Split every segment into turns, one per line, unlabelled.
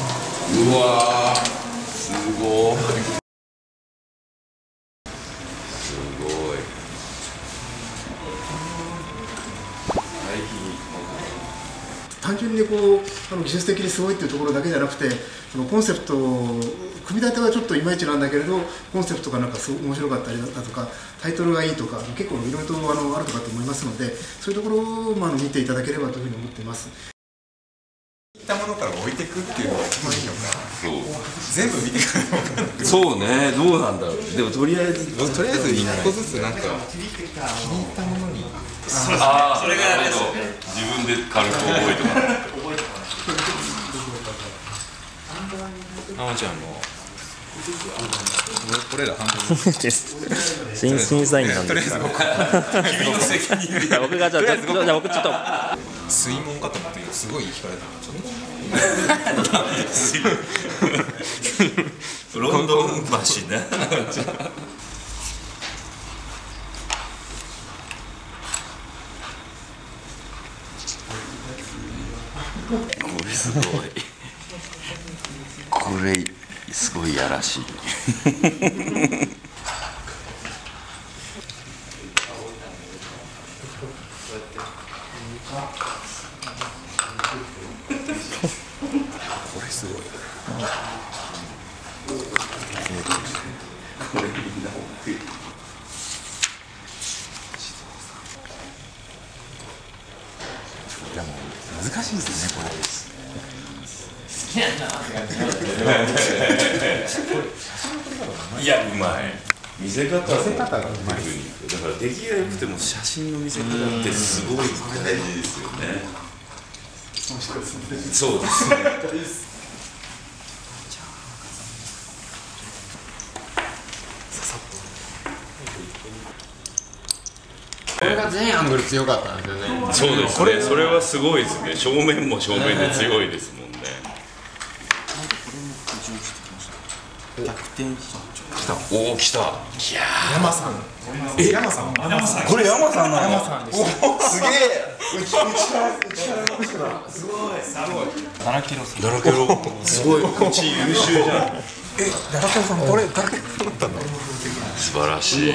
うわーすごいすごいはい
単純にこうあの技術的にすごいっていうところだけじゃなくてそのコンセプト組み立てはちょっといまいちなんだけれどコンセプトがなんかすご面白かったりだとかタイトルがいいとか結構いろいろとあのあるとかと思いますのでそういうところを、まあ、あの見ていただければというふうに思っています。
いったものから置いていくっていうのが一番いいのか
そ
全部見ていかないのかんないう
そうねどうなんだろうでもとりあえず
とりあえず一個ずつなんか気に入ったものに
ああそれがやると自分で軽く覚えてもらう
あおちゃんも俺ら半 分
です新審査員なん
とり
で
あえ
す
ず
が
僕君の責任で
僕がじゃあじゃあじゃあ僕ちょっと
水門かと思ったけどすごい惹かれたなちょっと
ロンドン橋ね これすごいこれすごいやらしい
これすごいでも難しいですねこれ
いやうまい見せ方見せ方がうまいだから出来が良くても写真の見せ方ってすごい大事ですよねそうですね
これが全アングル強かったんですよね
そうですねそれはすごいですね正面も正面で強いですもんねおお来た
山さんえ山さん山さんこれ山さんなの山さんですすげえ
だらけろすごいうち優秀じゃん
ダラケさんこれダラケ取ったんだ
素晴らしい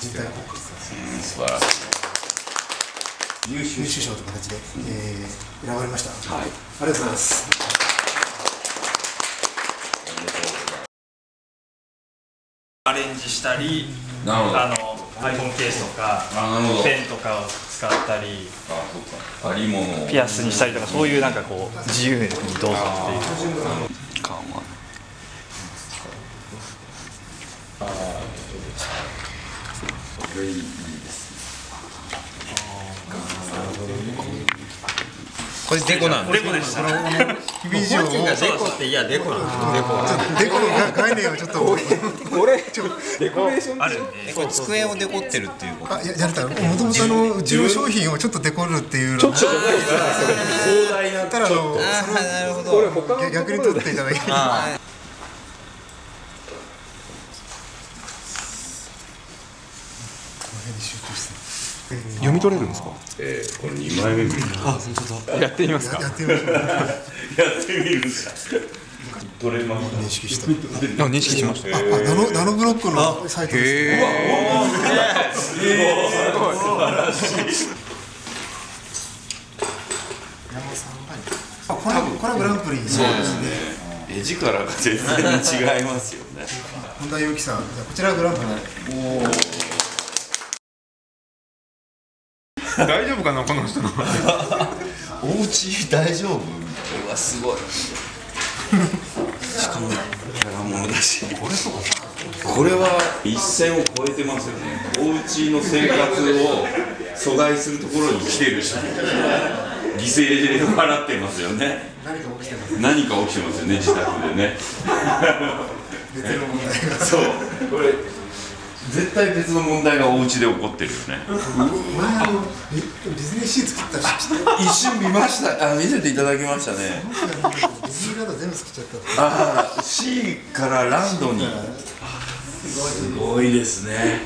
素晴らしい
優秀賞という形で、えー選ばれました、はい、ありがとうございます
アレンジしたり
なるほど
あの iPhone ケースとか
あなるほど
ペンとかを使ったり
あそっかありものを
ピアスにしたりとかそういうなんかこう自由にどうぞっていう
感はこれいいです
これデコなんで
デコでした
ビジョンをデ
デコっていやデコなん
コのが概念をちょっと
あるんで
これ机をデコってるっていうこと
あややれたもともとあのうちの商品をちょっとデコるっていうちょっとただあの
ああなるほど
逆逆に取っていただき
読み取れるんですか
えー、これ二枚目見る
やってみます
やってみましょう
やってみるんですか取れます
認識した
認識しました
あナノナノブロックのサイトですねうわおおすごい素晴らしいこれこれはグランプリそうですね
絵力が全然違いますよね
本田裕樹さんじゃあこちらがグランプリ
大丈夫かなこの人
お家大丈夫うわすごいしかもキャラものだしこれこれは一線を超えてますよねお家の生活を阻害するところに来てるし犠牲を払ってますよね何か起きてますよね自宅でね
別の問題が
そうこれ絶対別の問題がお家で起こってるよね
前あのディズニーシー作ったし
一瞬見ましたあ見せていただきましたね
ディズニーランド全部作っちゃった
ああ C からランドにすごいですね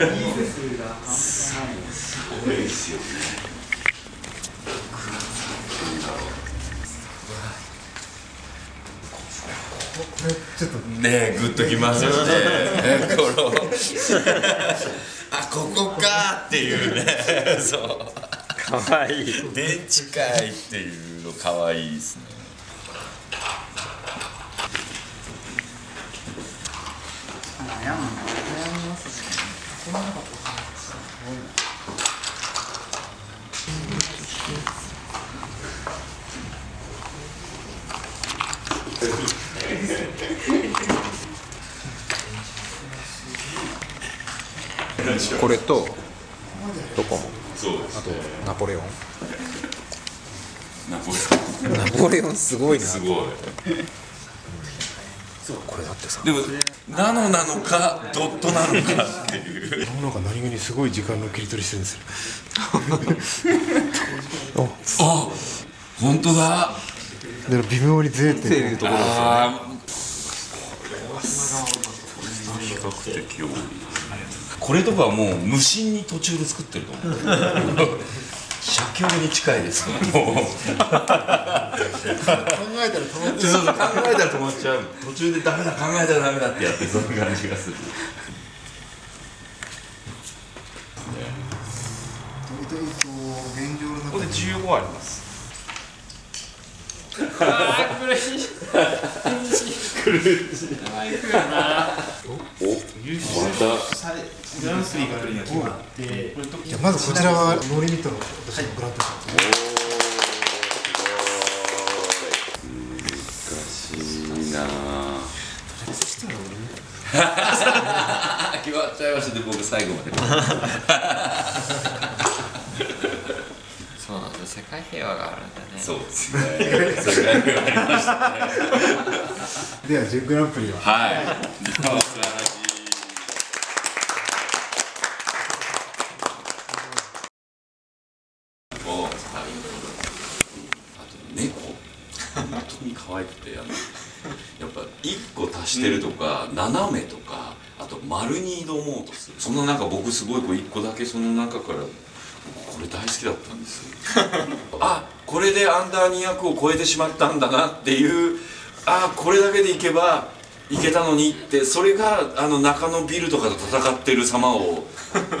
いいですねねえグッときますよねこの あここかっていうねそう
かわいい
電池かいっていうの可愛いですね
これと
そうですね
ナポレオン
ナポレ
ナポレオンすごいな
すごい
これだってさ
でもナノなのかドットなのかっていう
なんか何気にすごい時間の切り取りしてるんですよ
あ本当だ
だから微妙にずれてる
あーこれは比較的多いこれとかはもう無心に途中で作ってると思う 写経に近いですもう考
考えたら止まっ
えたら止まっちゃう途中でダメだ考えたらダメだってやってそうな感じがする
大体こう現状の中で
15あります
じゃあまずこちらはノーリミットの私のグラントさんですね
難しいなあ決まっちゃいましたね僕最後まで
そうなんだ世界平和があるんだね
そうですねそれがありましたね
では準グランプリは
はい。素晴らしい。お、はい。あと猫。本当に可愛くて、あの。やっぱ一個足してるとか、斜めとか、あと丸に挑もうとする。その中、僕すごいこう一個だけ、その中から。僕これ大好きだったんですよ。あこれでアンダー200を超えてしまったんだなっていうあこれだけでいけばいけたのにってそれがあの中野ビルとかと戦ってる様を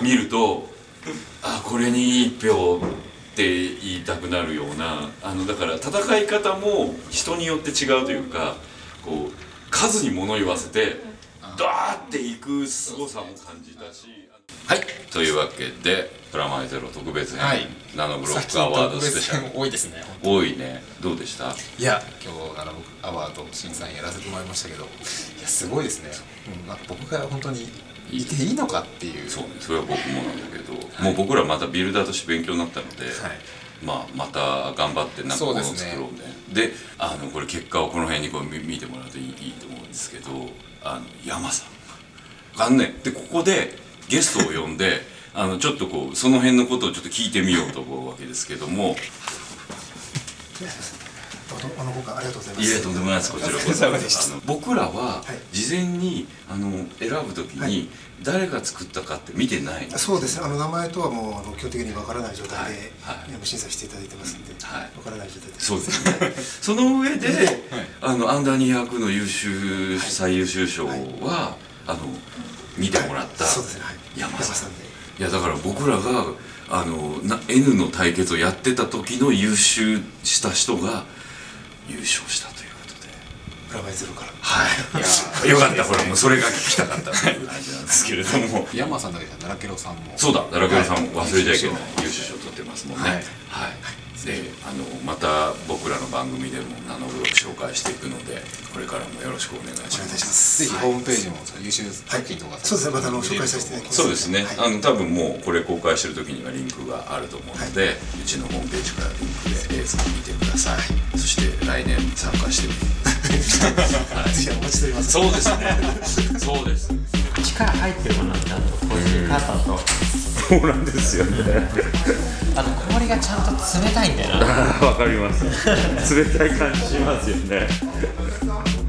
見ると あこれに1票って言いたくなるようなあのだから戦い方も人によって違うというかこう数に物言わせてドーっていく凄さも感じたし。はい、というわけで「プラマイゼロ特別編、
はい
ナノブロ
さっ
ッ
き
クア
の
ワー
特
ドスペ
別
シャル」
編多いですね
多いねどうでした
いや今日あの僕アワード審査員やらせてもらいましたけどいやすごいですね、うんまあ、僕が本当にいていいのかっていう
そうねそれは僕もなんだけど、もう僕らまたビルダーとして勉強になったので、まあまた頑張ってなんかものを作ろうねであのこれ結果をこの辺にこう見見てもらうといいいいと思うんですけどあの山さんあのねでここでゲストを呼んであのちょっとこうその辺のことをちょっと聞いてみようと思うわけですけども
あの今回ありがとうございま
いえ
す
とんでもないですこちらこそあの僕らは事前にあの選ぶときに誰が作ったかって見てない
そうですねあの名前とはもうあの基本的にわからない状態で、
はいはい
あの審査していただいてますんでわ、
はい
からない状態で
そうですね。 その上で、あのアンダー200の優秀、最優秀賞は、あの見てもらった
そうですね、はい、
山
山
さ
さ
ん。
んで
いやだから僕らがあのな N の対決をやってた時の優秀した人が優勝したということで。
プラマイゼロから
はい。よかったこれもうそれが聞きたかったという感じなんですけれども。
山さんだけじゃ奈良ケロさんも
そうだ、奈良倉さんも忘れちゃいけない優秀賞取ってますもんね。は
はいい。
で、あのまた僕らの番組でもナノブロック紹介していくので、これからもよろしくお願いし
お
ま
願いい
す。
たします
ぜひホームページも優秀作品とか、
そうですねまたあの紹介させていただきます
そうですね。
はい
あの多分もうこれ公開してる時にはリンクがあると思うので、うちのホームページからリンクで映像を見てください。そして来年参加してみて
ぜひお待ちしております
そうですね。そうです。
力入ってるものなんだとこういう傘と
そうなんですよね
あの氷がちゃんと冷たいんだよな
わかります冷たい感じしますよね